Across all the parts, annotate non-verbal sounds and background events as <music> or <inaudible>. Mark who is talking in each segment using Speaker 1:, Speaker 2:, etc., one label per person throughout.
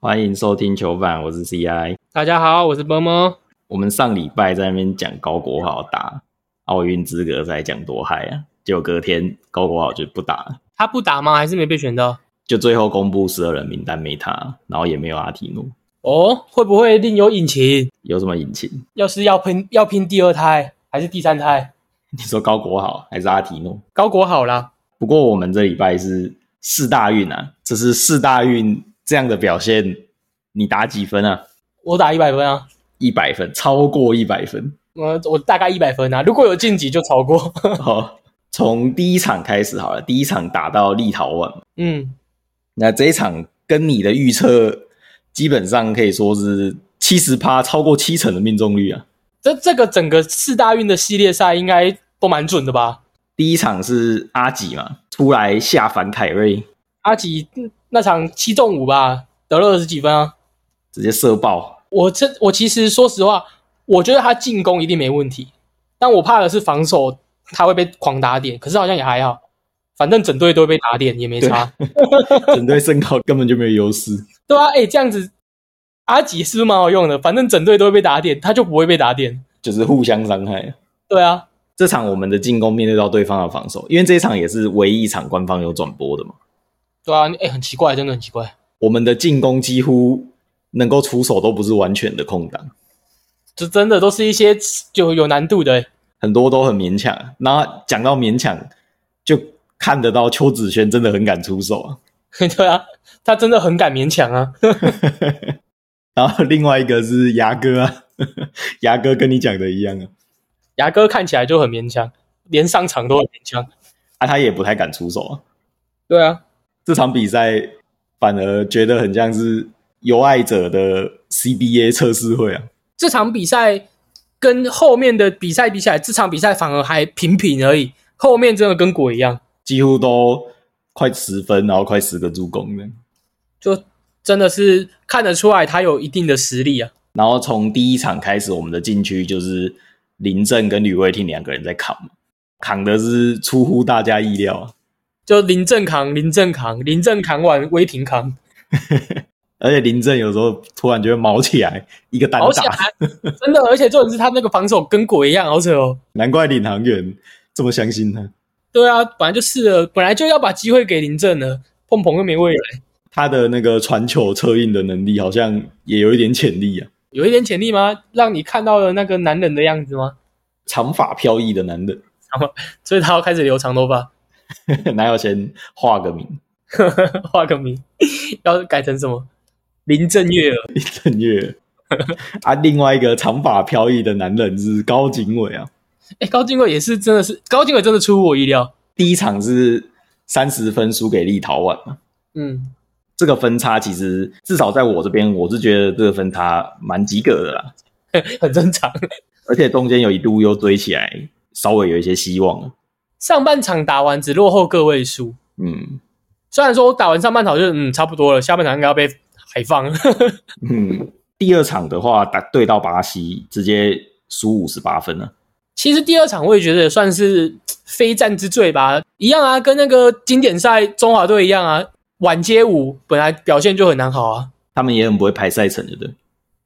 Speaker 1: 欢迎收听球板，我是 CI。
Speaker 2: 大家好，我是萌萌。
Speaker 1: 我们上礼拜在那边讲高国豪打奥运资格赛讲多嗨啊，结果隔天高国豪就不打了，
Speaker 2: 他不打吗？还是没被选到？
Speaker 1: 就最后公布十二人名单没他，然后也没有阿提诺，
Speaker 2: 哦，会不会另有隐情？
Speaker 1: 有什么隐情？
Speaker 2: 要是要拼要拼第二胎还是第三胎？
Speaker 1: 你说高国豪还是阿提诺？
Speaker 2: 高国好啦，
Speaker 1: 不过我们这礼拜是四大运啊，这是四大运这样的表现，你打几分啊？
Speaker 2: 我打一百分啊，
Speaker 1: 一百分，超过一百分。 <laughs>
Speaker 2: 我我大概一百分啊，如果有晋级就超过。
Speaker 1: 好，从第一场开始好了，第一场打到立陶宛，
Speaker 2: 嗯，
Speaker 1: 那这一场跟你的预测基本上可以说是七十趴，超过七成的命中率啊。
Speaker 2: 这这个整个四大运的系列赛应该都蛮准的吧？
Speaker 1: 第一场是阿吉嘛，出来下凡凯瑞，
Speaker 2: 阿吉嗯那场七中五吧，得了二十几分啊。
Speaker 1: 直接射爆。
Speaker 2: 我这我其实说实话，我觉得他进攻一定没问题，但我怕的是防守他会被狂打点。可是好像也还好，反正整队都会被打点，也没差，
Speaker 1: 整队身高根本就没有优势。
Speaker 2: 对啊，哎、这样子阿吉是不是蛮好用的？反正整队都会被打点，他就不会被打点。
Speaker 1: 就是互相伤害。
Speaker 2: 对啊，
Speaker 1: 这场我们的进攻面对到对方的防守，因为这一场也是唯一一场官方有转播的嘛。
Speaker 2: 对啊，哎、很奇怪，真的很奇怪，
Speaker 1: 我们的进攻几乎能够出手都不是完全的空档，
Speaker 2: 这真的都是一些有有难度的、 <laughs> 诶
Speaker 1: 很多都很勉强。那讲到勉强，就看得到邱子轩真的很敢出手啊。
Speaker 2: 对啊，他真的很敢勉强啊。 <laughs>
Speaker 1: 然后另外一个是牙哥啊， <laughs> 牙哥跟你讲的一样啊，
Speaker 2: 牙哥看起来就很勉强，连上场都很勉强。
Speaker 1: 啊他也不太敢出手啊。
Speaker 2: 对啊，
Speaker 1: 这场比赛反而觉得很像是有爱者的 CBA 测试会啊。
Speaker 2: 这场比赛跟后面的比赛比起来，这场比赛反而还平平而已。后面真的跟鬼一样，
Speaker 1: 几乎都快十分，然后快十个助攻的。
Speaker 2: 就真的是看得出来他有一定的实力啊。
Speaker 1: 然后从第一场开始，我们的禁区就是林振跟吕卫廷两个人在扛嘛，扛的是出乎大家意料啊，
Speaker 2: 就林正扛，林正扛，林正扛完威霆扛，
Speaker 1: 而且林振有时候突然就会毛起来一个单
Speaker 2: 好起来
Speaker 1: 打，，
Speaker 2: 真的，而且重点是他那个防守跟鬼一样，好扯哦。
Speaker 1: 难怪领航员这么相信他。
Speaker 2: 对啊，本来就是了，本来就要把机会给林正了，碰碰又没未来，
Speaker 1: 他的那个传球策应的能力好像也有一点潜力啊，
Speaker 2: 有一点潜力吗？让你看到了那个男人的样子吗？
Speaker 1: 长发飘逸的男人， <laughs>
Speaker 2: 所以他要开始留长头发，
Speaker 1: 哪有先画个名？
Speaker 2: <laughs> 画个名，要改成什么？林正月 <laughs> 儿。
Speaker 1: 林振月 <laughs> 啊，另外一个长发飘逸的男人是高景伟啊。
Speaker 2: 哎、高进伟也是，真的是高进伟真的出乎我意料。
Speaker 1: 第一场是三十分输给立陶宛嘛，
Speaker 2: 嗯，
Speaker 1: 这个分差其实至少在我这边，我是觉得这个分差蛮及格的啦，
Speaker 2: <laughs> 很正常。
Speaker 1: 而且中间有一度又追起来，稍微有一些希望。啊
Speaker 2: 上半场打完只落后个位数，
Speaker 1: 嗯
Speaker 2: 虽然说我打完上半场就嗯差不多了，下半场应该要被海放。
Speaker 1: 嗯，第二场的话打对到巴西，直接输五十八分啊了。
Speaker 2: <laughs> 其实第二场我也觉得也算是嘖非战之罪吧，一样啊，跟那个经典赛中华队一样啊，晚街舞本来表现就很难好啊，
Speaker 1: 他们也很不会排赛程，对不对？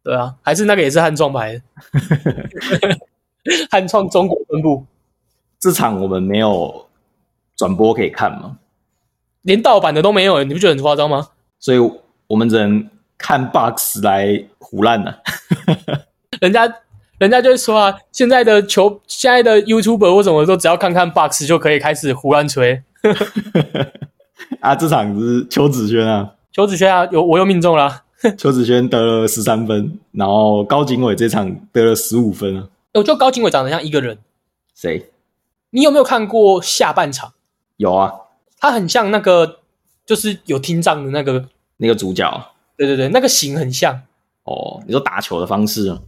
Speaker 2: 对啊，还是那个也是汉创牌 <laughs> 的，汉创中国分部
Speaker 1: 这场我们没有转播可以看嘛，
Speaker 2: 连盗版的都没有，你不觉得很夸张吗？
Speaker 1: 所以我们只能看 box 来胡烂啊了、
Speaker 2: 人家人家就会说啊，现在的球，现在的 YouTuber 为什么都只要看看 box 就可以开始胡乱吹？
Speaker 1: <laughs> 啊。这场是邱子轩啊，
Speaker 2: 邱子轩啊，有我又命中了啊、
Speaker 1: 邱子轩得了十三分，然后高景伟这场得了十五分啊。
Speaker 2: 我觉得高景伟长得像一个人。
Speaker 1: 谁？
Speaker 2: 你有没有看过下半场？
Speaker 1: 有啊，
Speaker 2: 他很像那个，就是有听障的那个，
Speaker 1: 那个主角啊
Speaker 2: 对对对，那个型很像，
Speaker 1: 哦，你说打球的方式啊，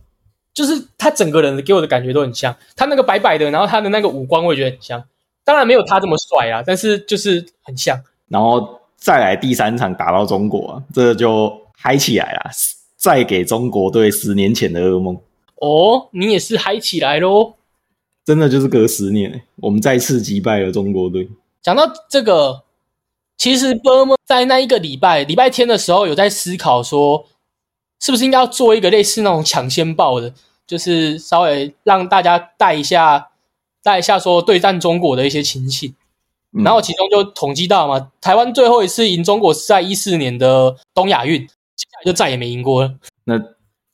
Speaker 2: 就是他整个人给我的感觉都很像。他那个白白的，然后他的那个五官我也觉得很像，当然没有他这么帅啊，但是就是很像。
Speaker 1: 然后再来第三场打到中国啊，这就嗨起来了，再给中国队十年前的噩梦，
Speaker 2: 哦，你也是嗨起来喽！
Speaker 1: 真的就是隔十年欸、我们再次击败了中国队。
Speaker 2: 讲到这个，其实 Burma 在那一个礼拜礼拜天的时候，有在思考说，是不是应该要做一个类似那种抢先报的，就是稍微让大家带一下带一下说对战中国的一些情形。
Speaker 1: 嗯
Speaker 2: 然后其中就统计到嘛，台湾最后一次赢中国是在一四年的东亚运，接下来就再也没赢过了。
Speaker 1: 那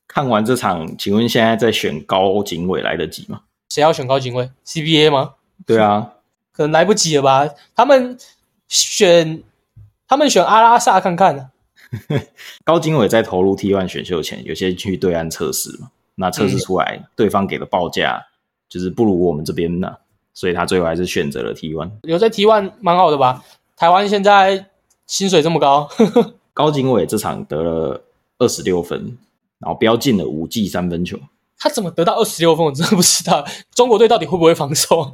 Speaker 1: 看完这场，请问现在在选高警委来得及吗？
Speaker 2: 谁要选高警卫？CBA 吗？
Speaker 1: 对啊，
Speaker 2: 可能来不及了吧？他们选他们选阿拉萨看看啊，
Speaker 1: 高经纬在投入 T1 选秀前，有些去对岸测试嘛，那测试出来对方给的报价就是不如我们这边呢、所以他最后还是选择了 T1。
Speaker 2: 留在 T1 蛮好的吧？台湾现在薪水这么高， <laughs>
Speaker 1: 高经纬这场得了二十六分，然后飙进了五记三分球，
Speaker 2: 他怎么得到二十六分？我真的不知道中国队到底会不会防守，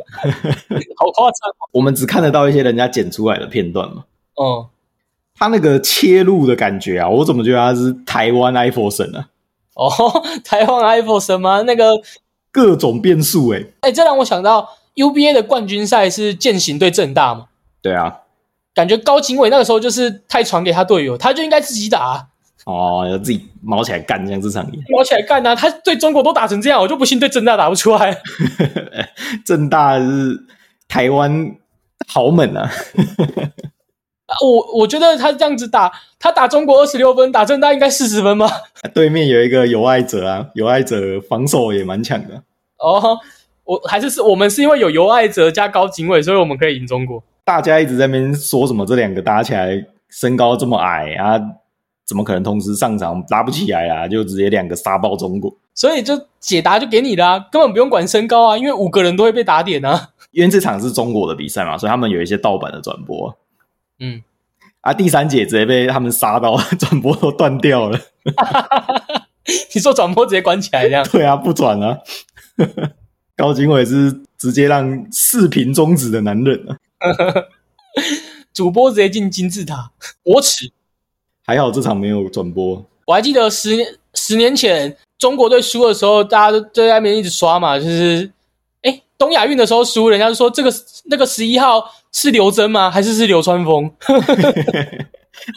Speaker 2: 好夸张哦
Speaker 1: 我们只看得到一些人家剪出来的片段嘛。
Speaker 2: 哦！嗯，
Speaker 1: 他那个切入的感觉啊，我怎么觉得他是台湾 i p h o n e 神啊？
Speaker 2: 哦， <laughs> 台湾 i p h o n e 什么那个
Speaker 1: 各种变数欸诶、
Speaker 2: 哎、这让我想到 UBA 的冠军赛是践行对正大嘛，
Speaker 1: 对啊，
Speaker 2: 感觉高景伟那个时候就是太传给他队友，他就应该自己打、啊，
Speaker 1: 哦，自己毛起来干，像这场一样。
Speaker 2: 毛起来干啊！他对中国都打成这样，我就不信对正大打不出
Speaker 1: <laughs>
Speaker 2: 来。啊
Speaker 1: 正大是台湾豪门啊， <laughs>
Speaker 2: 啊我我觉得他这样子打，他打中国二十六分，打正大应该四十分吧？
Speaker 1: 对面有一个有爱者啊，有爱者防守也蛮强的。
Speaker 2: 哦，我还是是我们是因为有尤爱哲加高景伟，所以我们可以赢中国。
Speaker 1: 大家一直在那边说什么这两个打起来身高这么矮啊，怎么可能同时上场打不起来啊？就直接两个杀爆中国。
Speaker 2: 所以就解答就给你啦、根本不用管身高啊，因为五个人都会被打点啊。 <laughs>
Speaker 1: 因为这场是中国的比赛嘛，所以他们有一些盗版的转播
Speaker 2: 嗯，
Speaker 1: 啊。第三节直接被他们杀到转播都断掉了。
Speaker 2: 你说转播直接关起来这样，
Speaker 1: <laughs> 对啊，不转啊。高景伟是直接让视频终止的男人啊。
Speaker 2: 主播直接进金字塔，国耻。
Speaker 1: 还好这场没有转播，
Speaker 2: 我还记得十年十年前中国队输的时候，大家都在那边一直刷嘛，就是哎东亚运的时候输，人家就说这个那个十一号是刘真吗？还是是流川枫？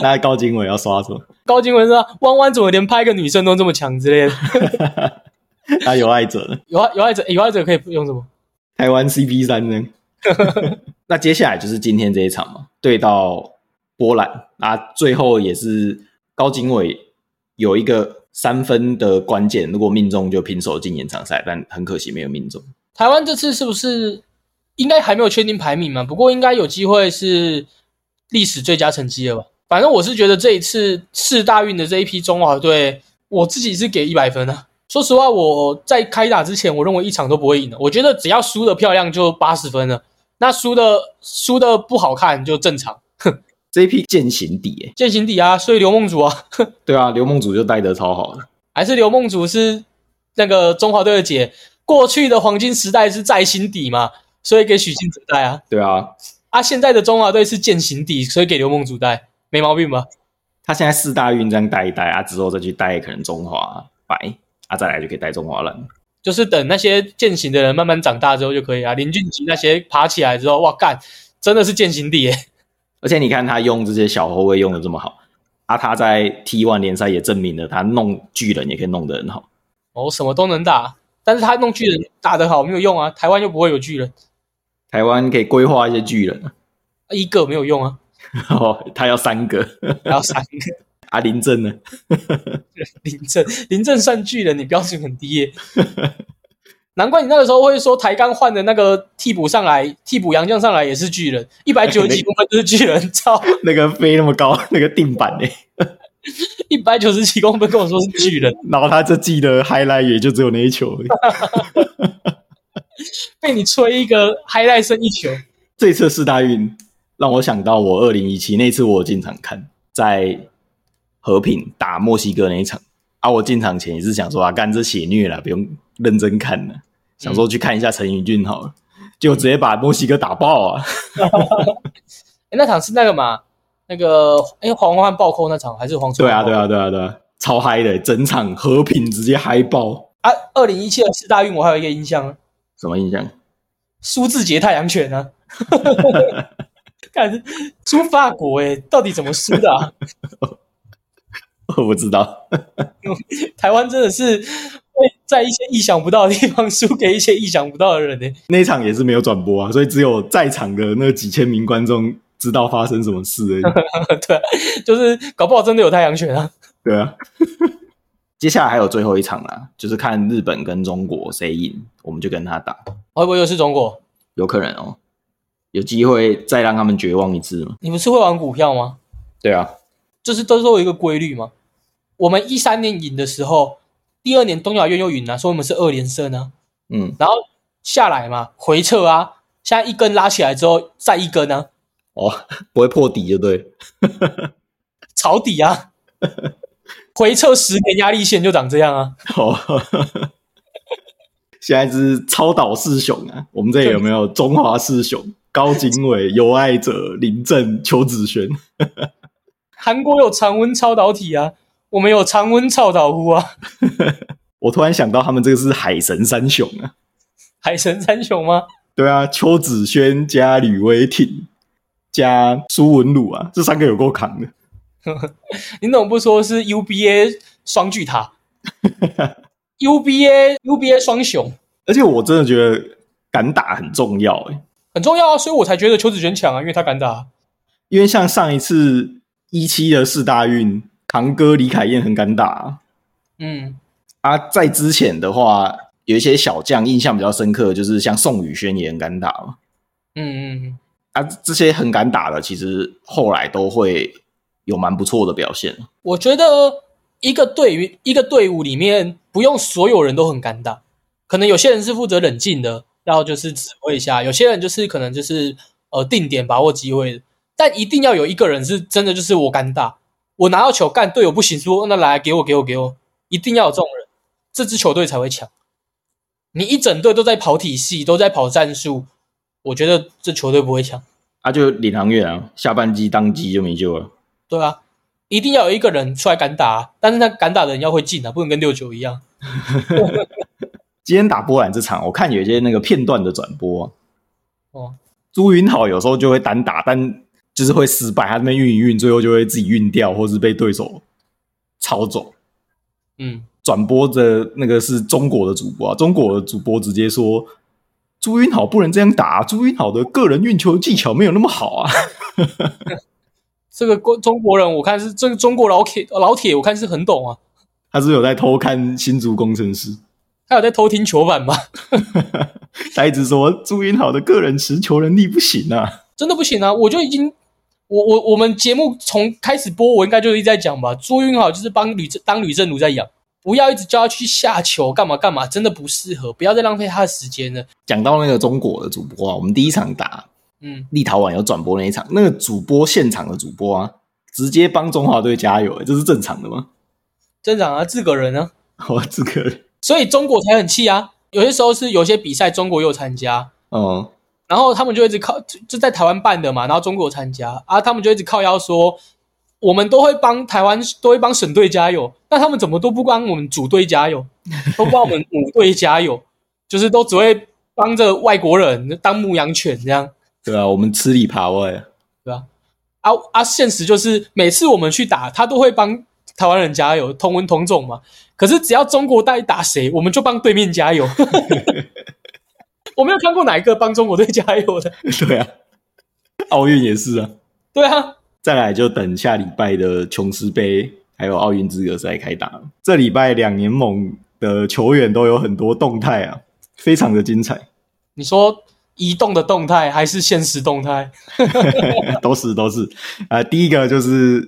Speaker 1: 那高景伟要刷什么？ <laughs>
Speaker 2: 高金文说弯弯怎么连拍个女生都这么强之类的？
Speaker 1: 他有爱者呢？
Speaker 2: 有爱有爱者诶有爱者可以用什么？
Speaker 1: 台湾 CP 三呢？ <laughs> 那接下来就是今天这一场嘛，对到波兰啊，最后也是高景伟有一个三分的关键，如果命中就平手进延长赛，但很可惜没有命中。
Speaker 2: 台湾这次是不是应该还没有确定排名嘛？不过应该有机会是历史最佳成绩了吧？反正我是觉得这一次四大运的这一批中华队，我自己是给一百分啊。说实话，我在开打之前，我认为一场都不会赢的。我觉得只要输的漂亮就八十分了，那输的输的不好看就正常，
Speaker 1: 这一批践行底、欸，
Speaker 2: 见行底啊。所以刘梦竹啊， <laughs>
Speaker 1: 对啊，刘梦祖就带得超好的，
Speaker 2: 还是刘梦竹是那个中华队的姐。过去的黄金时代是在心底嘛，所以给许昕哲带啊。
Speaker 1: 对啊，
Speaker 2: 啊，现在的中华队是践行底，所以给刘梦竹带，没毛病吧？
Speaker 1: 他现在四大运这样带一带啊，之后再去带可能中华白啊，再来就可以带中华蓝。
Speaker 2: 就是等那些践行的人慢慢长大之后就可以啊。林俊杰那些爬起来之后，哇干，真的是践行底耶！
Speaker 1: 而且你看他用这些小后卫用的这么好，啊，他在 T1 联赛也证明了他弄巨人也可以弄得很好。
Speaker 2: 哦，什么都能打，但是他弄巨人打得好没有用啊，台湾又不会有巨人，
Speaker 1: 台湾可以规划一些巨人，
Speaker 2: 一个没有用啊，
Speaker 1: 哦，他要三个。 <laughs>
Speaker 2: 还要三个。 <laughs>
Speaker 1: 啊，林正呢？ <laughs>
Speaker 2: 林正，林正算巨人，你标准很低耶。难怪你那个时候会说台钢换的那个替补上来，替补洋将上来也是巨人，一百九十几公分就是巨人，操！
Speaker 1: 那个飞那么高，那个定板呢、
Speaker 2: 一百九十几公分跟我说是巨人，
Speaker 1: 然后他这季的 highlight 也就只有那一球而已。
Speaker 2: 被你吹一个 highlight 胜一球，
Speaker 1: 这次四大运让我想到我二零一七那次，我有进场看，在和平打墨西哥那一场啊，我进场前也是想说啊，干这血虐了，不用认真看了，想说去看一下陈宇俊好了，结果直接把墨西哥打爆啊！
Speaker 2: 诶那场是那个嘛，那个哎黄欢暴扣那场还是黄春
Speaker 1: 对
Speaker 2: 焕
Speaker 1: 啊，
Speaker 2: 暴扣
Speaker 1: 对啊，对啊，对啊，超嗨的，整场和平直接嗨爆，
Speaker 2: 啊！二零一七的四大运我还有一个印象，
Speaker 1: 什么印象？
Speaker 2: <laughs> 苏志杰太阳拳啊，看输法国哎、到底怎么输的啊？ <laughs>
Speaker 1: 我不知道，
Speaker 2: 台湾真的是会在一些意想不到的地方输给一些意想不到的人呢、
Speaker 1: 那一场也是没有转播啊，所以只有在场的那几千名观众知道发生什么事而已。
Speaker 2: 对啊，就是搞不好真的有太阳拳啊。
Speaker 1: 对啊，接下来还有最后一场啦，就是看日本跟中国谁赢，我们就跟他打，
Speaker 2: 会哦不会又是中国？
Speaker 1: 有可能哦，有机会再让他们绝望一次嘛。
Speaker 2: 你不是会玩股票吗？
Speaker 1: 对啊，
Speaker 2: 就是都都有一个规律嘛。我们一三年赢的时候，第二年东亚院又赢了、说我们是二连胜啊。
Speaker 1: 嗯，
Speaker 2: 然后下来嘛，回撤啊，现在一根拉起来之后再一根啊，
Speaker 1: 哦，不会破底就对了。
Speaker 2: 抄底啊，回撤十年压力线就长这样啊。
Speaker 1: 哦， <laughs> 现在是超岛四雄啊！我们这里有没有中华四 <laughs> 雄？高景伟、尤爱者、林正、邱子轩。
Speaker 2: 韩国有常温超导体啊，我们有常温超导呼啊，
Speaker 1: 我突然想到，他们这个是海神三雄啊！
Speaker 2: 海神三雄吗？
Speaker 1: 对啊，邱子轩加吕威挺加苏文鲁啊，这三个有够扛的。
Speaker 2: 你怎么不说是 UBA 双巨塔？UBA UBA 双雄
Speaker 1: 而且我真的觉得敢打很重要欸诶、
Speaker 2: 很重要啊，所以我才觉得邱子轩强啊，因为他敢打啊、
Speaker 1: 因为像上一次一期的四大运，扛哥李凯燕很敢打啊、
Speaker 2: 嗯，
Speaker 1: 啊，在之前的话，有一些小将印象比较深刻，就是像宋宇轩也很敢打嘛。
Speaker 2: 嗯嗯，
Speaker 1: 啊，这些很敢打的，其实后来都会有蛮不错的表现。
Speaker 2: 我觉得一个队于一个队伍里面，不用所有人都很敢打，可能有些人是负责冷静的，然后就是指挥一下；有些人就是可能就是呃定点把握机会的，但一定要有一个人是真的就是我敢打，我拿到球干队友不行说那来给我给我给我，一定要有这种人，这支球队才会强。你一整队都在跑体系，都在跑战术，我觉得这球队不会强。
Speaker 1: 啊，就领航员啊，下半季当机就没救了。
Speaker 2: 对啊，一定要有一个人出来敢打、啊，但是他敢打的人要会进啊，不能跟六九一样。
Speaker 1: 今天打波兰这场，我看有一些那个片段的转播、啊，
Speaker 2: 哦，
Speaker 1: 朱云好有时候就会单打，但就是会失败，他那边运一运，最后就会自己运掉，或是被对手抄走。
Speaker 2: 嗯，
Speaker 1: 转播的那个是中国的主播啊，中国的主播直接说朱云好不能这样打、朱云好的个人运球技巧没有那么好啊。 <laughs>
Speaker 2: 这个国中国人，我看是这个中国老铁老铁，我看是很懂啊。
Speaker 1: 他是有在偷看新竹工程师，
Speaker 2: 他有在偷听球板吗？ <laughs>
Speaker 1: 他一直说朱云好的个人持球能力不行啊。
Speaker 2: 真的不行啊！我就已经，我我我们节目从开始播，我应该就一直在讲吧。朱云好就是帮吕当吕正儒在养，不要一直叫他去下球干嘛干嘛，真的不适合，不要再浪费他的时间了。
Speaker 1: 讲到那个中国的主播啊，我们第一场打
Speaker 2: 嗯，
Speaker 1: 立陶宛有转播那一场，那个主播现场的主播啊，直接帮中华队加油、欸这是正常的吗？ <laughs>
Speaker 2: 正常啊，自个人啊。
Speaker 1: 哦，这个，
Speaker 2: 所以中国才很气啊。有些时候是有些比赛中国有参加，
Speaker 1: 哦、
Speaker 2: 然后他们就一直靠就就在台湾办的嘛，然后中国有参加啊，他们就一直靠腰说我们都会帮台湾都会帮省队加油，那他们怎么都不帮我们主队加油，都不帮我们母队加油， <laughs> 就是都只会帮着外国人当牧羊犬这样。
Speaker 1: 对啊，我们吃里扒外啊。 <laughs>
Speaker 2: 啊啊！现实就是每次我们去打，他都会帮台湾人加油，同文同种嘛。可是只要中国队打谁，我们就帮对面加油。 <laughs> 我没有看过哪一个帮中国队加油的。
Speaker 1: 对啊，奥运也是啊。
Speaker 2: 对啊，
Speaker 1: 再来就等下礼拜的琼斯杯还有奥运资格赛开打了。这礼拜两联盟的球员都有很多动态啊，非常的精彩，
Speaker 2: 你说移动的动态还是现实动态？
Speaker 1: <laughs> 都是都是。呃，第一个就是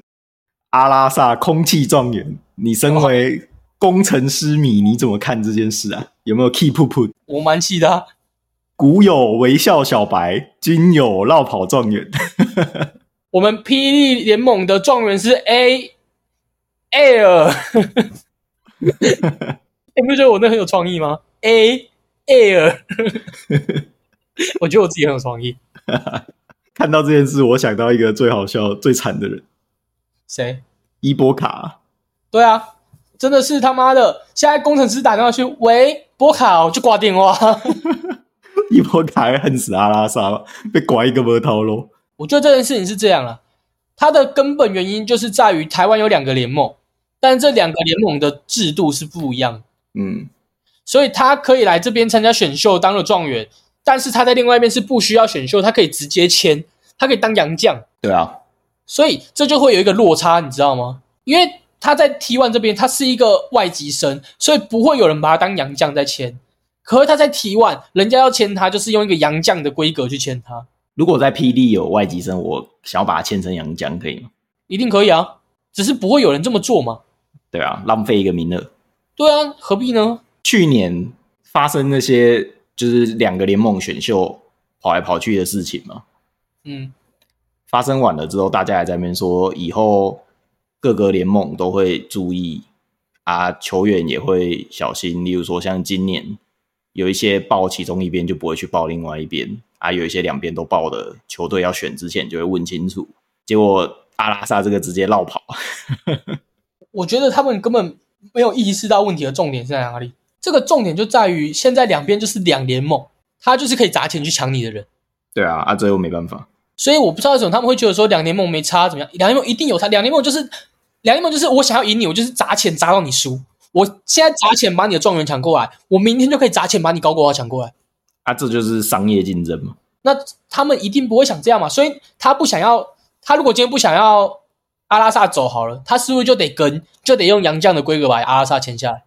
Speaker 1: 阿拉萨空气状元，你身为工程师迷，你怎么看这件事啊？有没有 keep up？
Speaker 2: 我蛮气的啊、
Speaker 1: 古有微笑小白，今有绕跑状元。 <laughs>
Speaker 2: 我们霹雳联盟的状元是 A Air，你不觉得我那很有创意吗？A Air，我觉得我自己很有创意。
Speaker 1: 看到这件事，我想到一个最好笑、最惨的人
Speaker 2: 谁？
Speaker 1: ——伊波卡。 <laughs>
Speaker 2: 对啊，真的是他妈的！现在工程师打电话去，喂，波卡，哦我就挂电话。
Speaker 1: 伊波卡还恨死阿拉萨，被拐一个波头喽。
Speaker 2: 我觉得这件事情是这样了，它的根本原因就是在于台湾有两个联盟，但这两个联盟的制度是不一样的，
Speaker 1: 嗯
Speaker 2: 所以他可以来这边参加选秀当了状元，但是他在另外一边是不需要选秀，他可以直接签，他可以当洋将，
Speaker 1: 对啊，
Speaker 2: 所以这就会有一个落差，你知道吗？因为他在 T1 这边，他是一个外籍生，所以不会有人把他当洋将在签。可是他在 T1，人家要签他，就是用一个洋将的规格去签他，
Speaker 1: 如果在 PD 有外籍生，我想要把它签成洋将，可以吗？
Speaker 2: 一定可以啊。只是不会有人这么做嘛？
Speaker 1: 对啊，浪费一个名额。
Speaker 2: 对啊，何必呢？
Speaker 1: 去年发生那些就是两个联盟选秀跑来跑去的事情嘛，
Speaker 2: 嗯，
Speaker 1: 发生完了之后，大家还在那边说，以后各个联盟都会注意啊，球员也会小心。例如说，像今年有一些报其中一边就不会去报另外一边啊，有一些两边都报的球队要选之前就会问清楚。结果阿拉萨这个直接绕跑，
Speaker 2: 我觉得他们根本没有意识到问题的重点是在哪里。这个重点就在于现在两边就是两联盟，他就是可以砸钱去抢你的人。
Speaker 1: 对啊，啊，最后没办法，
Speaker 2: 所以我不知道为什么他们会觉得说两联盟没差怎么样，两联盟一定有差，两联盟就是两联盟就是我想要赢你，我就是砸钱砸到你输，我现在砸钱把你的状元抢过来，我明天就可以砸钱把你高国华抢过来。
Speaker 1: 啊，这就是商业竞争嘛。
Speaker 2: 那他们一定不会想这样嘛，所以他不想要，他如果今天不想要阿拉萨走好了，他是不是就得跟，就得用杨绛的规格把阿拉萨签下来？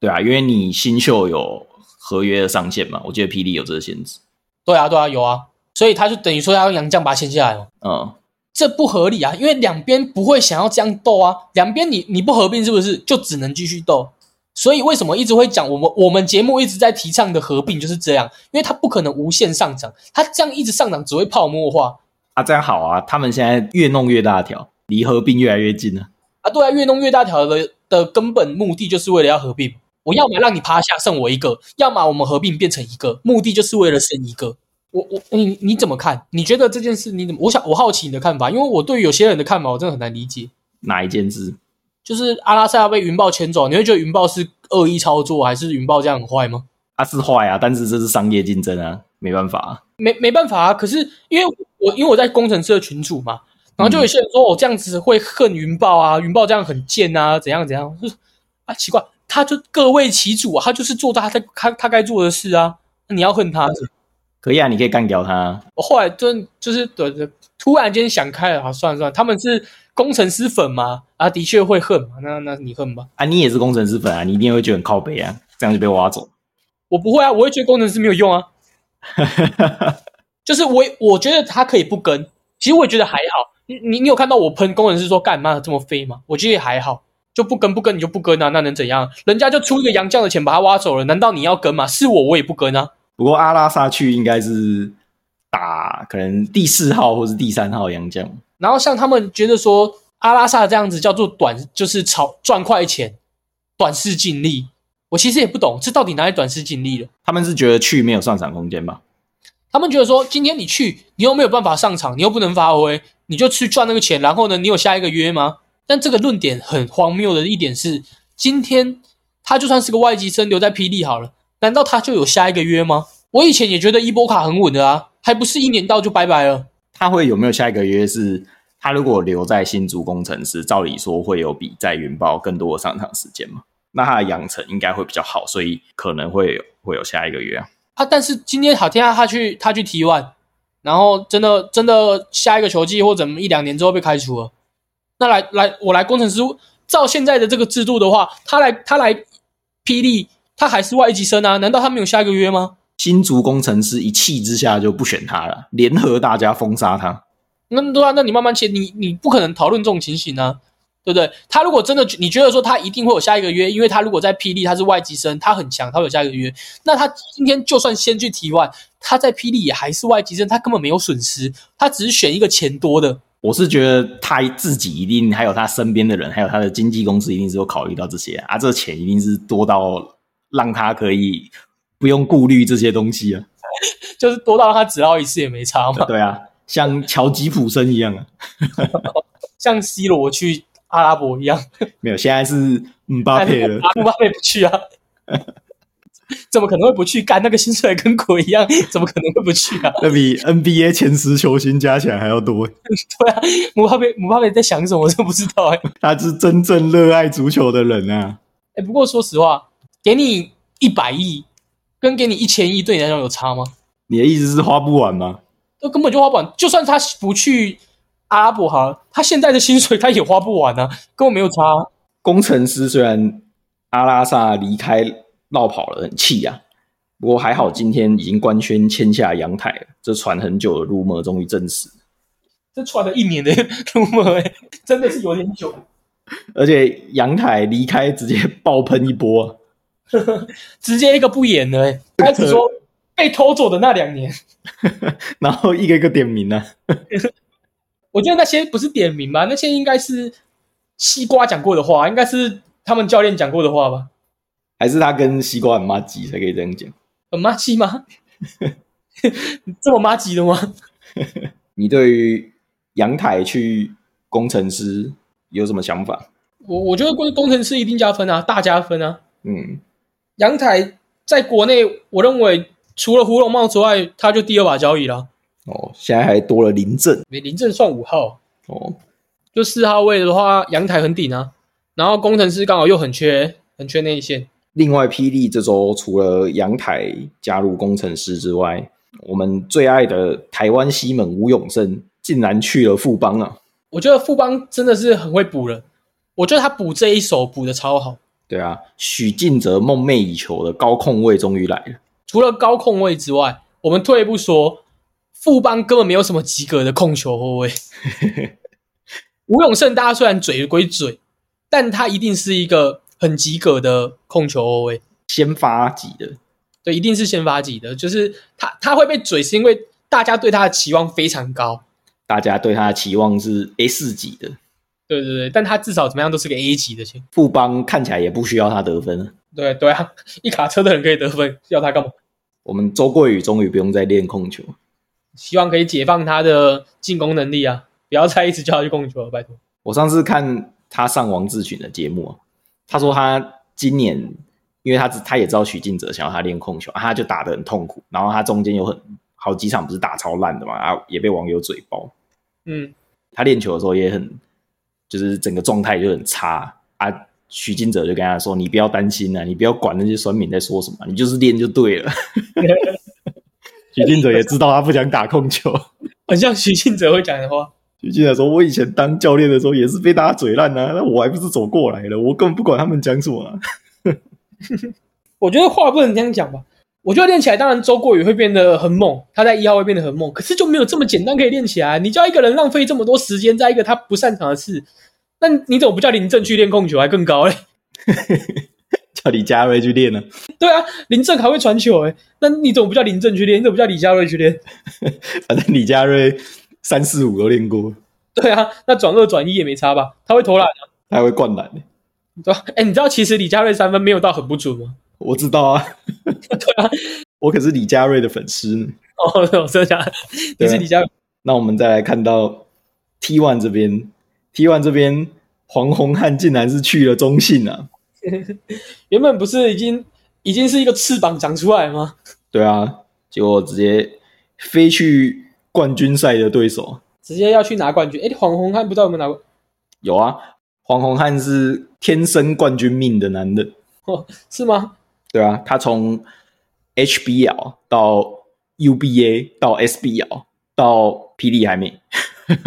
Speaker 1: 对啊，因为你新秀有合约的上限嘛，我记得霹雳有这个限制。
Speaker 2: 对啊，对啊，有啊，所以他就等于说要用杨绛把他签下来嘛。
Speaker 1: 嗯，
Speaker 2: 这不合理啊，因为两边不会想要这样斗啊，两边你你不合并是不是就只能继续斗？所以为什么一直会讲我们我们节目一直在提倡的合并就是这样，因为它不可能无限上涨，它这样一直上涨只会泡沫化
Speaker 1: 啊，这样好啊，他们现在越弄越大条，离合并越来越近了。
Speaker 2: 啊。对啊，越弄越大条的的根本目的就是为了要合并，我要么让你趴下剩我一个，要么我们合并变成一个，目的就是为了剩一个。我我你你怎么看？你觉得这件事你怎么？我想我好奇你的看法，因为我对于有些人的看法我真的很难理解。
Speaker 1: 哪一件事？
Speaker 2: 就是阿拉萨被云豹牵走，你会觉得云豹是恶意操作，还是云豹这样很坏吗？
Speaker 1: 啊，是坏啊，但是这是商业竞争啊，没办法、啊。
Speaker 2: 没没办法啊，可是因为我因为我在工程师的群组嘛，然后就有些人说我、哦、这样子会恨云豹啊，云豹这样很贱啊，怎样怎样，就是啊奇怪，他就各为其主啊，他就是做他他他他该做的事啊，那你要恨他是吧
Speaker 1: 可以啊，你可以干掉他。
Speaker 2: 我后来真就是对对，突然间想开了，啊算了算了，他们是工程师粉嘛，啊的确会恨嘛，那那你恨吧，
Speaker 1: 啊，你也是工程师粉啊，你一定会觉得很靠北啊，这样就被挖走。 <laughs>
Speaker 2: 我不会啊，我会觉得工程师没有用啊。就是我我觉得他可以不跟，其实我也觉得还好。你你你有看到我喷工程师说干嘛这么飞吗？我觉得也还好，就不跟不跟你就不跟啊，那能怎样？人家就出一个洋将的钱把他挖走了，难道你要跟吗？是我我也不跟啊。
Speaker 1: 不过阿拉萨去应该是打可能第四号或是第三号洋将，
Speaker 2: 然后像他们觉得说阿拉萨这样子叫做短，就是炒赚快钱，短视近利。我其实也不懂这到底哪里短视近利了。
Speaker 1: 他们是觉得去没有上场空间吧？
Speaker 2: 他们觉得说，今天你去，你又没有办法上场，你又不能发挥，你就去赚那个钱，然后呢，你有下一个约吗？但这个论点很荒谬的一点是，今天他就算是个外籍生留在霹雳好了，难道他就有下一个约吗？我以前也觉得伊波卡很稳的啊，还不是一年到就拜拜了。
Speaker 1: 他会有没有下一个约是？他如果留在新竹工程师，照理说会有比在云豹更多的上场时间嘛？那他的养成应该会比较好，所以可能会有会有下一个月啊。
Speaker 2: 啊，但是今天好天啊，他去他去 T one，然后真的真的下一个球季或怎么一两年之后被开除了，那来来我来工程师，照现在的这个制度的话，他来他来霹雳，他还是外籍生啊？难道他没有下一个约吗？
Speaker 1: 新竹工程师一气之下就不选他了，联合大家封杀他。
Speaker 2: 那对啊，那你慢慢切，你你不可能讨论这种情形啊，对不对？他如果真的你觉得说他一定会有下一个约，因为他如果在霹雳他是外籍生，他很强，他会有下一个约。那他今天就算先去提外，他在霹雳也还是外籍生，他根本没有损失，他只是选一个钱多的。
Speaker 1: 我是觉得他自己一定，还有他身边的人，还有他的经纪公司，一定是有考虑到这些啊。啊这钱一定是多到让他可以不用顾虑这些东西啊。
Speaker 2: 就是多到让他只捞一次也没差嘛。
Speaker 1: 对啊，像乔吉普森一样啊。
Speaker 2: 像 C 罗去阿拉伯一样， <laughs>
Speaker 1: 没有，现在是姆巴佩了。
Speaker 2: 阿布巴佩不去啊，怎么可能会不去干？那个薪水跟鬼一样，怎么可能会不去啊？
Speaker 1: 那比 NBA 前十球星加起来还要多。
Speaker 2: 对啊，姆巴佩姆巴佩在想什么，我真不知道哎、
Speaker 1: 他是真正热爱足球的人啊！
Speaker 2: 哎，不过说实话，给你一百亿，跟给你一千亿，对你来讲有差吗？
Speaker 1: 你的意思是花不完吗？
Speaker 2: 那根本就花不完。就算他不去阿拉伯哈，他现在的薪水他也花不完啊，跟我没有差啊、
Speaker 1: 工程师虽然阿拉萨离开绕跑了，很气啊，不过还好今天已经官宣签下阳台了，这传很久的 rumor 终于证实。
Speaker 2: 这传了一年的 rumor，哎真的是有点久。
Speaker 1: 而且阳台离开直接爆喷一波啊、
Speaker 2: 直接一个不演了、欸，开始说被偷走的那两年，
Speaker 1: 然后一个一个点名啊。
Speaker 2: 我觉得那些不是点名吧，那些应该是西瓜讲过的话，应该是他们教练讲过的话吧？
Speaker 1: 还是他跟西瓜很妈急才可以这样讲。
Speaker 2: 很妈鸡吗？ <laughs> 这么妈鸡的吗？
Speaker 1: 你对于阳台去工程师有什么想法？
Speaker 2: 我我觉得工工程师一定加分啊，大加分啊！
Speaker 1: 嗯，
Speaker 2: 阳台在国内，我认为除了胡龙茂之外，他就第二把交椅了。
Speaker 1: 哦，现在还多了林正
Speaker 2: 没林正算五号，
Speaker 1: 哦，
Speaker 2: 就四号位的话，阳台很顶啊。然后工程师刚好又很缺，很缺内线。
Speaker 1: 另外，霹雳这周除了阳台加入工程师之外，我们最爱的台湾西门吴永胜竟然去了富邦啊！
Speaker 2: 我觉得富邦真的是很会补人，我觉得他补这一手补的超好。
Speaker 1: 对啊，许晋哲梦寐以求的高控位终于来了。
Speaker 2: 除了高控位之外，我们退一步说，富邦根本没有什么及格的控球后卫。吴永胜大家虽然嘴归嘴，但他一定是一个很及格的控球后卫。
Speaker 1: 先发级的，
Speaker 2: 对，一定是先发级的。就是他他会被嘴，是因为大家对他的期望非常高。
Speaker 1: 大家对他的期望是 A 四级的。
Speaker 2: 对对对，但他至少怎么样都是个 A 级的球员。
Speaker 1: 富邦看起来也不需要他得分。
Speaker 2: 对对啊，一卡车的人可以得分，要他干嘛？
Speaker 1: 我们周桂宇终于不用再练控球，
Speaker 2: 希望可以解放他的进攻能力啊！不要再一直叫他去控球了，拜托。
Speaker 1: 我上次看他上王志群的节目、啊，他说他今年，因为他知他也知道许晋哲想要他练控球，啊他就打得很痛苦，然后他中间有很好几场不是打超烂的嘛，啊也被网友嘴爆。
Speaker 2: 嗯，
Speaker 1: 他练球的时候也很，就是整个状态就很差啊。许晋哲就跟他说：“你不要担心啊，你不要管那些酸民在说什么，你就是练就对了。” <laughs> 许晋哲也知道他不想打控球。
Speaker 2: 很像徐信哲会讲的话。
Speaker 1: 许晋哲说：“我以前当教练的时候也是被大家嘴烂啊，那我还不是走过来了？我根本不管他们讲什么、啊。
Speaker 2: 我觉得话不能这样讲吧。我觉得练起来，当然周国宇会变得很猛，他在一号会变得很猛，可是就没有这么简单可以练起来。啊你叫一个人浪费这么多时间在一个他不擅长的事，那你怎么不叫林正去练控球还更高嘞？ <laughs>
Speaker 1: 叫李佳瑞去练呢、
Speaker 2: 对啊，林正还会传球诶、那你怎么不叫林正去练？你怎么不叫李佳瑞去练？ <laughs>
Speaker 1: 反正李佳瑞三四五都练过，
Speaker 2: 对啊，那转二转一也没差吧？他会投篮啊，
Speaker 1: 他还会灌篮、欸。
Speaker 2: 对吧、哎，你知道其实李佳瑞三分没有到很不准吗？ <laughs>
Speaker 1: 我知道啊，
Speaker 2: 对啊，
Speaker 1: 我可是李佳瑞的粉丝呢。
Speaker 2: 哦，我真的假的？你
Speaker 1: 对啊
Speaker 2: 是李佳瑞？
Speaker 1: 那我们再来看到 T One 这边，T One 这边黄宏汉竟然是去了中信啊！
Speaker 2: 原本不是已经已经是一个翅膀长出来吗？
Speaker 1: 对啊，结果直接飞去冠军赛的对手。
Speaker 2: 直接要去拿冠军。哎，黄宏汉不知道有没有拿过，
Speaker 1: 有啊，黄宏汉是天生冠军命的男人，
Speaker 2: 哦，是吗？
Speaker 1: 对啊，他从 HBL 到 UBA 到 SBL 到霹雳还没，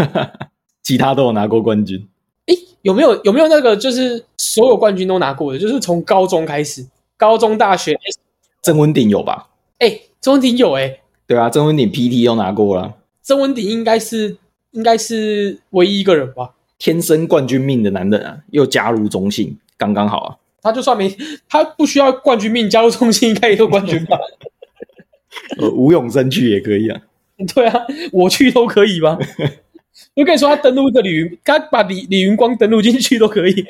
Speaker 1: <laughs> 其他都有拿过冠军。
Speaker 2: 哎，有没有有没有那个就是所有冠军都拿过的，就是从高中开始，高中、大学，
Speaker 1: 郑文鼎有吧？
Speaker 2: 哎，曾文鼎有哎，
Speaker 1: 对啊，郑文鼎 PT 都拿过了，
Speaker 2: 曾文鼎应该是应该是唯一一个人吧。
Speaker 1: 天生冠军命的男人啊，又加入中信，刚刚好啊。
Speaker 2: 他就算没他不需要冠军命，加入中心应该也有冠军吧？ <laughs>
Speaker 1: 呃，吴永生去也可以啊。
Speaker 2: 对啊，我去都可以吧？我跟你说，他登录一个李云，他把李李云光登录进去都可以，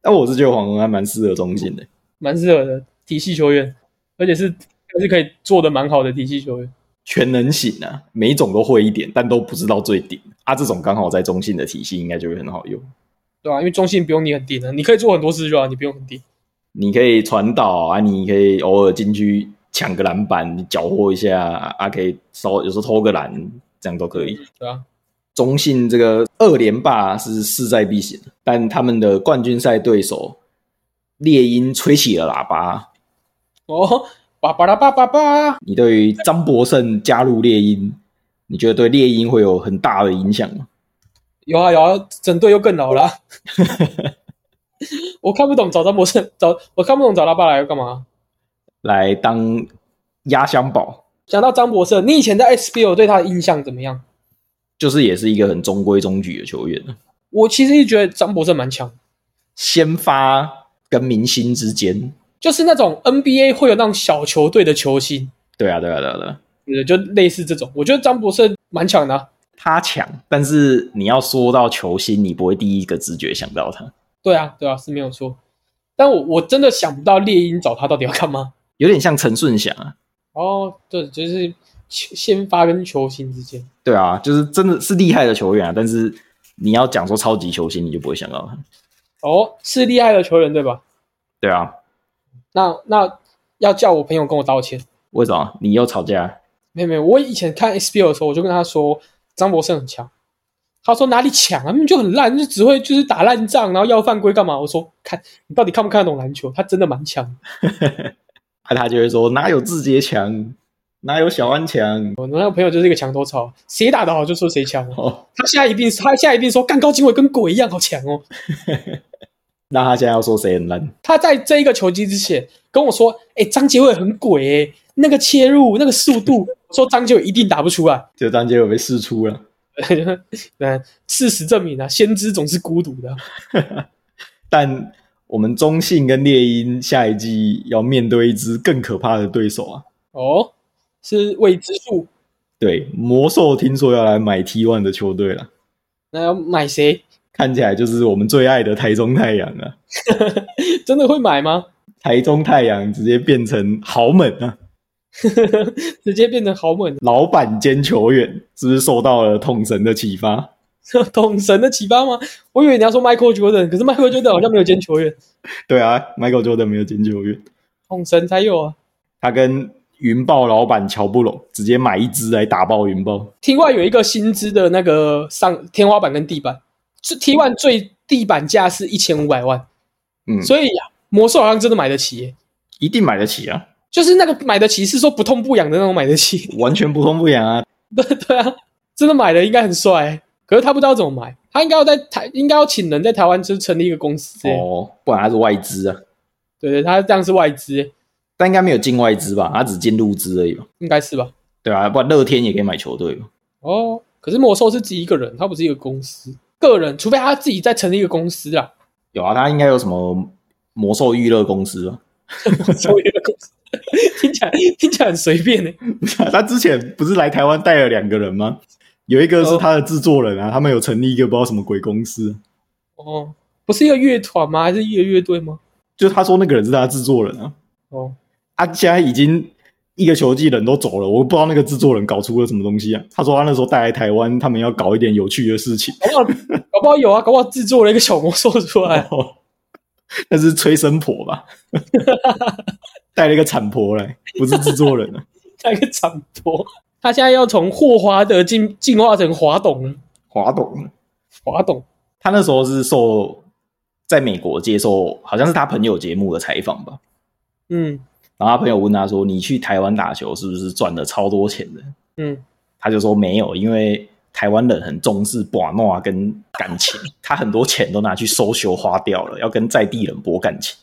Speaker 1: 但我是觉得黄宏还蛮适合中信的。
Speaker 2: 蛮适合的体系球员，而且是还是可以做的蛮好的体系球员。
Speaker 1: 全能型啊，每一种都会一点，但都不知道最顶啊。这种刚好在中信的体系应该就会很好用。
Speaker 2: 啊对啊，因为中信不用你很低的，你可以做很多事就好，你不用很低。
Speaker 1: 你可以传导啊，你可以偶尔进去抢个篮板，你缴获一下啊，啊可以稍有时候偷个篮，这样都可以。
Speaker 2: 对啊，
Speaker 1: 中信这个二连霸是势在必行，但他们的冠军赛对手猎鹰吹起了喇叭。
Speaker 2: 哦，巴巴拉巴巴巴，
Speaker 1: 你对于张博胜加入猎鹰，你觉得对猎鹰会有很大的影响吗？
Speaker 2: 有啊有啊，整队又更老了啊、我看不懂找张博士找，我看不懂找他爸来干嘛。
Speaker 1: 来当压箱宝，
Speaker 2: 讲到张博士，你以前在 SBL 对他的印象怎么样？
Speaker 1: 就是也是一个很中规中矩的球员。
Speaker 2: 我其实一直觉得张博士蛮强，
Speaker 1: 先发跟明星之间，
Speaker 2: 就是那种 NBA 会有那种小球队的球星，
Speaker 1: 对啊，对啊，对啊，对啊，
Speaker 2: 对，就类似这种。我觉得张博士蛮强的啊、
Speaker 1: 他强，但是你要说到球星，你不会第一个直觉想到他，
Speaker 2: 对啊，对啊，是没有错。但我我真的想不到猎鹰找他到底要干嘛。
Speaker 1: 有点像陈顺祥啊，
Speaker 2: 哦，对，就是球先发跟球星之间，
Speaker 1: 对啊，就是真的是厉害的球员啊，但是你要讲说超级球星，你就不会想到他，
Speaker 2: 哦，是厉害的球员对吧？
Speaker 1: 对啊，
Speaker 2: 那那要叫我朋友跟我道歉。
Speaker 1: 为什么你又吵架？
Speaker 2: 没有没有，我以前看 SBL 的时候，我就跟他说张博胜很强，他说哪里强啊？他们就很烂，就只会就是打烂仗，然后要犯规干嘛？我说看你到底看不看得懂篮球？他真的蛮强。
Speaker 1: 啊，他就会说哪有志杰强，哪有小安强
Speaker 2: 我那个朋友就是一个墙头草，谁打得好就说谁强哦。
Speaker 1: 哦，
Speaker 2: 他现在一定他现在一定说干高经纬跟鬼一样好强哦。
Speaker 1: 那他现在要说谁很烂？
Speaker 2: 他在这一个球季之前跟我说，哎、张杰伟很鬼哎、那个切入那个速度，说张杰伟一定打不出来。
Speaker 1: 就张杰伟被试出了，
Speaker 2: <laughs> 嗯，事实证明啊，先知总是孤独的。
Speaker 1: 但我们中信跟猎鹰下一季要面对一支更可怕的对手啊。
Speaker 2: 哦，是未知数。
Speaker 1: 对，魔兽听说要来买 T One 的球队了，
Speaker 2: 那要买谁？
Speaker 1: 看起来就是我们最爱的台中太阳啊！
Speaker 2: 真的会买吗？
Speaker 1: 台中太阳直接变成豪门啊，
Speaker 2: 直接变成豪门， <laughs>
Speaker 1: 老板兼球员，是不是受到了统神的启发？
Speaker 2: 统神的启发吗？我以为你要说 Michael Jordan，可是 Michael Jordan 好像没有兼球员，
Speaker 1: 对啊，Michael Jordan 没有兼球员，
Speaker 2: 统神才有啊。
Speaker 1: 他跟云豹老板乔布隆直接买一支来打爆云豹。
Speaker 2: T one 有一个薪资的那个上天花板跟地板，这 T one 最地板价是一千五百万，
Speaker 1: 嗯，
Speaker 2: 所以呀、魔兽好像真的买得起耶，
Speaker 1: 一定买得起啊，
Speaker 2: 就是那个买得起是说不痛不痒的那种买得起。
Speaker 1: 完全不痛不痒啊！
Speaker 2: <laughs> 对对啊，真的买了应该很帅欸，可是他不知道怎么买，他应该要在台，应该要请人在台湾就成立一个公司欸。
Speaker 1: 哦，不然他是外资啊，
Speaker 2: 对对，他这样是外资欸，
Speaker 1: 但应该没有进外资吧？他只进入资而已吧？
Speaker 2: 应该是吧？
Speaker 1: 对啊，不然乐天也可以买球队吧？
Speaker 2: 哦，可是魔兽是自己一个人，他不是一个公司，个人，除非他自己再成立一个公司啊，
Speaker 1: 有啊，他应该有什么魔兽娱乐公司吧？啊
Speaker 2: 成立一个公司，听起来听起来很随便呢、
Speaker 1: <laughs>
Speaker 2: 欸
Speaker 1: 他之前不是来台湾带了两个人吗？有一个是他的制作人啊，他们有成立一个不知道什么鬼公司，
Speaker 2: 哦，不是一个乐团吗？还是一个乐队吗？
Speaker 1: 就他说那个人是他的制作人啊，
Speaker 2: 哦，
Speaker 1: 啊，现在已经一个球季人都走了，我不知道那个制作人搞出了什么东西啊。他说他那时候带来台湾，他们要搞一点有趣的事情，
Speaker 2: 搞不好搞不好有啊，搞不好制作了一个小魔兽出
Speaker 1: <laughs>
Speaker 2: 来，
Speaker 1: 哦，那是吹生婆吧？ <laughs> 带了一个产婆来，不是制作人啊。
Speaker 2: 那个长波，他现在要从霍华德进进化成华董了，
Speaker 1: 华董，
Speaker 2: 华董。
Speaker 1: 他那时候是受在美国接受，好像是他朋友节目的采访吧。
Speaker 2: 嗯
Speaker 1: 然后他朋友问他说：“你去台湾打球是不是赚了超多钱的
Speaker 2: 嗯，？”
Speaker 1: 他就说：“没有，因为台湾人很重视把诺跟感情，他很多钱都拿去收修花掉了，要跟在地人博感情。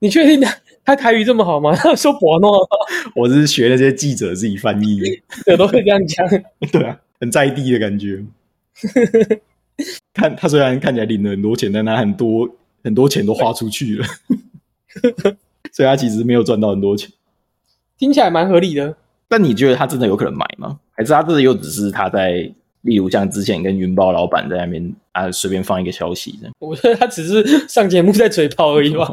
Speaker 2: 你确定他他台语这么好吗？ <laughs> 他说博诺
Speaker 1: 我是学那些记者自己翻译的，
Speaker 2: 的都会这样讲。
Speaker 1: <laughs> 对啊，很在地的感觉。看他虽然看起来领了很多钱，但他很多很多钱都花出去了， <laughs> 所以他其实没有赚到很多钱。
Speaker 2: 听起来蛮合理的。
Speaker 1: 但你觉得他真的有可能买吗？还是他真的又只是他在，例如像之前跟云豹老板在那边啊随便放一个消息这样？
Speaker 2: 我觉得他只是上节目在嘴炮而已吧，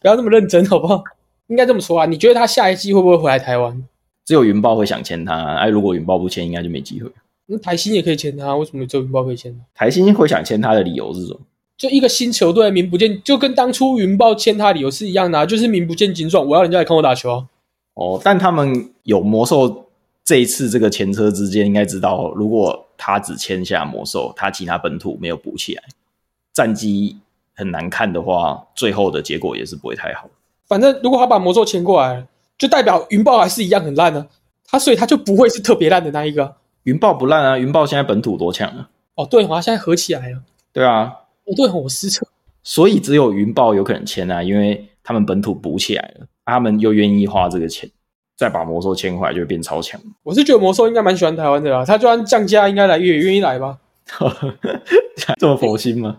Speaker 2: 不要那么认真好不好？应该这么说啊，你觉得他下一季会不会回来台湾？
Speaker 1: 只有云豹会想签他，哎、如果云豹不签，应该就没机会。
Speaker 2: 啊那台新也可以签他，为什么只有云豹可以签他？
Speaker 1: 台新会想签他的理由是什么？
Speaker 2: 就一个新球队名不见，就跟当初云豹签他理由是一样的、啊，就是名不见经传，我要人家来看我打球啊、
Speaker 1: 哦，但他们有魔兽这一次这个前车之鉴，应该知道，如果他只签下魔兽，他其他本土没有补起来，战绩很难看的话，最后的结果也是不会太好。
Speaker 2: 反正如果他把魔兽签过来，就代表云豹还是一样很烂呢、他所以他就不会是特别烂的那一个啊。
Speaker 1: 云豹不烂啊，云豹现在本土多强啊！
Speaker 2: 哦，对哦，他现在合起来了。
Speaker 1: 对啊，
Speaker 2: 哦，对哦，我失策。
Speaker 1: 所以只有云豹有可能签啊，因为他们本土补起来了，啊他们又愿意花这个钱，再把魔兽签回来就会变超强。 <laughs>
Speaker 2: 我是觉得魔兽应该蛮喜欢台湾的啊啦，他就算降价，应该来也愿意来吧。
Speaker 1: 这么佛心吗？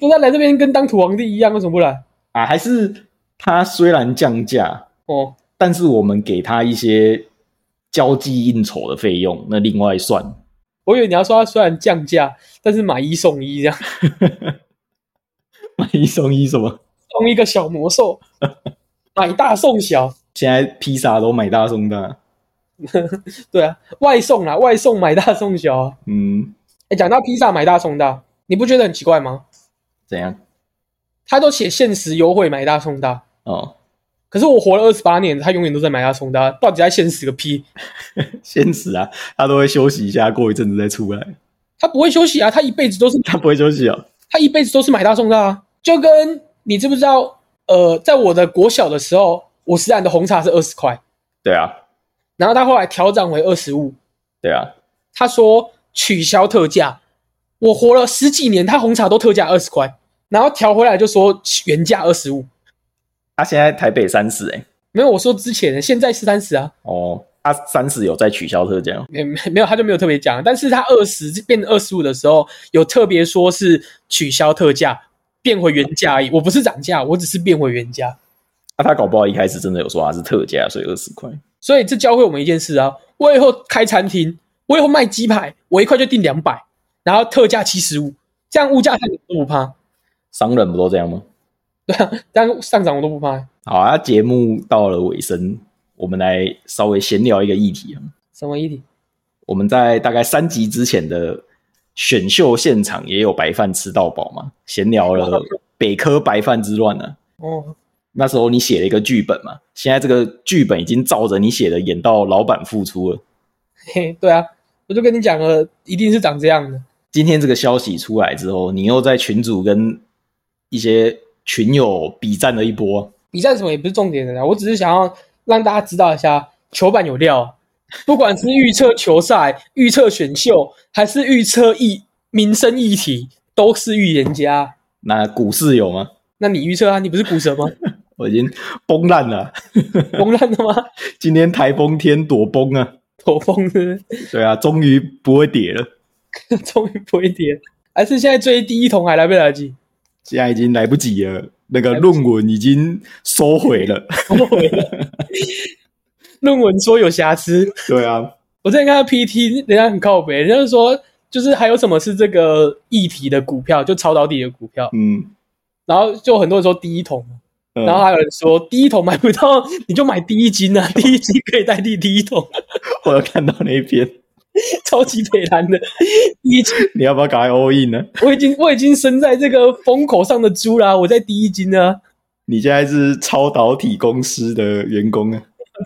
Speaker 2: 不然来这边跟当土皇帝一样，为什么不来？
Speaker 1: 啊，还是他虽然降价，
Speaker 2: 哦，
Speaker 1: 但是我们给他一些交际应酬的费用，那另外算。
Speaker 2: 我以为你要说他虽然降价，但是买一送一这样，
Speaker 1: 买一送一什么？ <laughs>
Speaker 2: 送一个小魔兽，买大送小。
Speaker 1: 现在披萨都买大送大，
Speaker 2: 对啊，外送啦，外送买大送小啊。
Speaker 1: 嗯，
Speaker 2: 哎，讲到披萨买大送大，你不觉得很奇怪吗？
Speaker 1: 怎样？
Speaker 2: 他都写限时优惠买大送大，
Speaker 1: 哦，
Speaker 2: 可是我活了二十八年，他永远都在买大送大，到底在限时个屁？
Speaker 1: 现实啊，他都会休息一下，过一阵子再出来， <laughs>
Speaker 2: 他不会休息啊，他一辈子都是
Speaker 1: 他不会休息哦。
Speaker 2: 他一辈子都是买大送大啊。就跟你知不知道，呃，在我的国小的时候，我食俺的红茶是二十块，
Speaker 1: 对啊，
Speaker 2: 然后他后来调整为二十五，
Speaker 1: 对啊，
Speaker 2: 他说取消特价。我活了十几年，他红茶都特价二十块，然后调回来就说原价二十五。
Speaker 1: 他现在台北三十哎，
Speaker 2: 没有，我说之前的，现在是三十啊，
Speaker 1: 哦，他三十有在取消特价哦，
Speaker 2: 没没没有，他就没有特别讲。但是他二十变二十五的时候，有特别说是取消特价，变回原价而已。我不是涨价，我只是变回原价。
Speaker 1: 那、啊他搞不好一开始真的有说他是特价，所以二十块。
Speaker 2: 所以这教会我们一件事啊，我以后开餐厅，我以后卖鸡排，我一块就定两百，然后特价七十五，这样物价上涨我都不怕， <laughs>
Speaker 1: 商人不都这样吗？
Speaker 2: 对啊，这样上涨我都不怕。
Speaker 1: 好啊，节目到了尾声，我们来稍微闲聊一个议题啊。
Speaker 2: 什么议题？
Speaker 1: 我们在大概三集之前的选秀现场也有白饭吃到饱嘛，闲聊了北科白饭之乱呢、啊。
Speaker 2: 哦，
Speaker 1: 那时候你写了一个剧本嘛，现在这个剧本已经照着你写的演到老板复出了。
Speaker 2: 嘿，对啊，我就跟你讲了，一定是长这样的。
Speaker 1: 今天这个消息出来之后，你又在群组跟一些群友比战了一波。
Speaker 2: 比赛什么也不是重点的啦，我只是想要让大家知道一下，球板有料啊。不管是预测球赛、预测选秀，还是预测议民生议题，都是预言家。
Speaker 1: 那股市有吗？
Speaker 2: 那你预测啊？你不是股神吗？ <laughs>
Speaker 1: 我已经崩烂了，
Speaker 2: 崩烂的吗？ <laughs>
Speaker 1: 今天台风天多崩啊！
Speaker 2: 头风是不
Speaker 1: 对啊，终于不会跌了，
Speaker 2: 是 <laughs> 终于不会跌了，还是现在追第一桶还来不来得及？
Speaker 1: 现在已经来不及了，那个
Speaker 2: 来不及
Speaker 1: 论文已经收回了。 <laughs>
Speaker 2: 后悔了。论文说有瑕疵，
Speaker 1: 对啊，
Speaker 2: 我之前看到 PT，人家很靠北，人家就说就是还有什么是这个议题的股票，就抄到底的股票，
Speaker 1: 嗯，
Speaker 2: 然后就很多人说第一桶，
Speaker 1: 嗯
Speaker 2: 然后还有人说第一桶买不到，你就买第一金啊，第一金可以代替第一桶，
Speaker 1: <laughs> 我有看到那一篇，
Speaker 2: 超级北蓝的第一金，
Speaker 1: 你要不要赶快 all in 呢？
Speaker 2: 我已经我已经身在这个风口上的猪啦，我在第一金啊。
Speaker 1: 你现在是超导体公司的员工啊，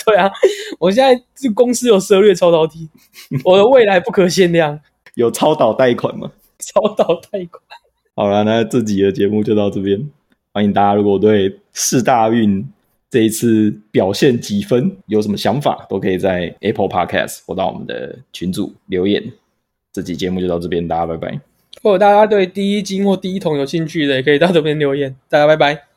Speaker 2: 对啊，我现在这公司有涉略超导体，我的未来不可限量，
Speaker 1: 有超导贷款吗？
Speaker 2: <laughs> 超导贷款。
Speaker 1: 好了，那这集的节目就到这边。欢迎大家，如果对四大运这一次表现几分有什么想法，都可以在 Apple Podcast 或到我们的群组留言。这集节目就到这边，大家拜拜。
Speaker 2: 或者大家对第一金或第一桶有兴趣的，也可以到这边留言。大家拜拜。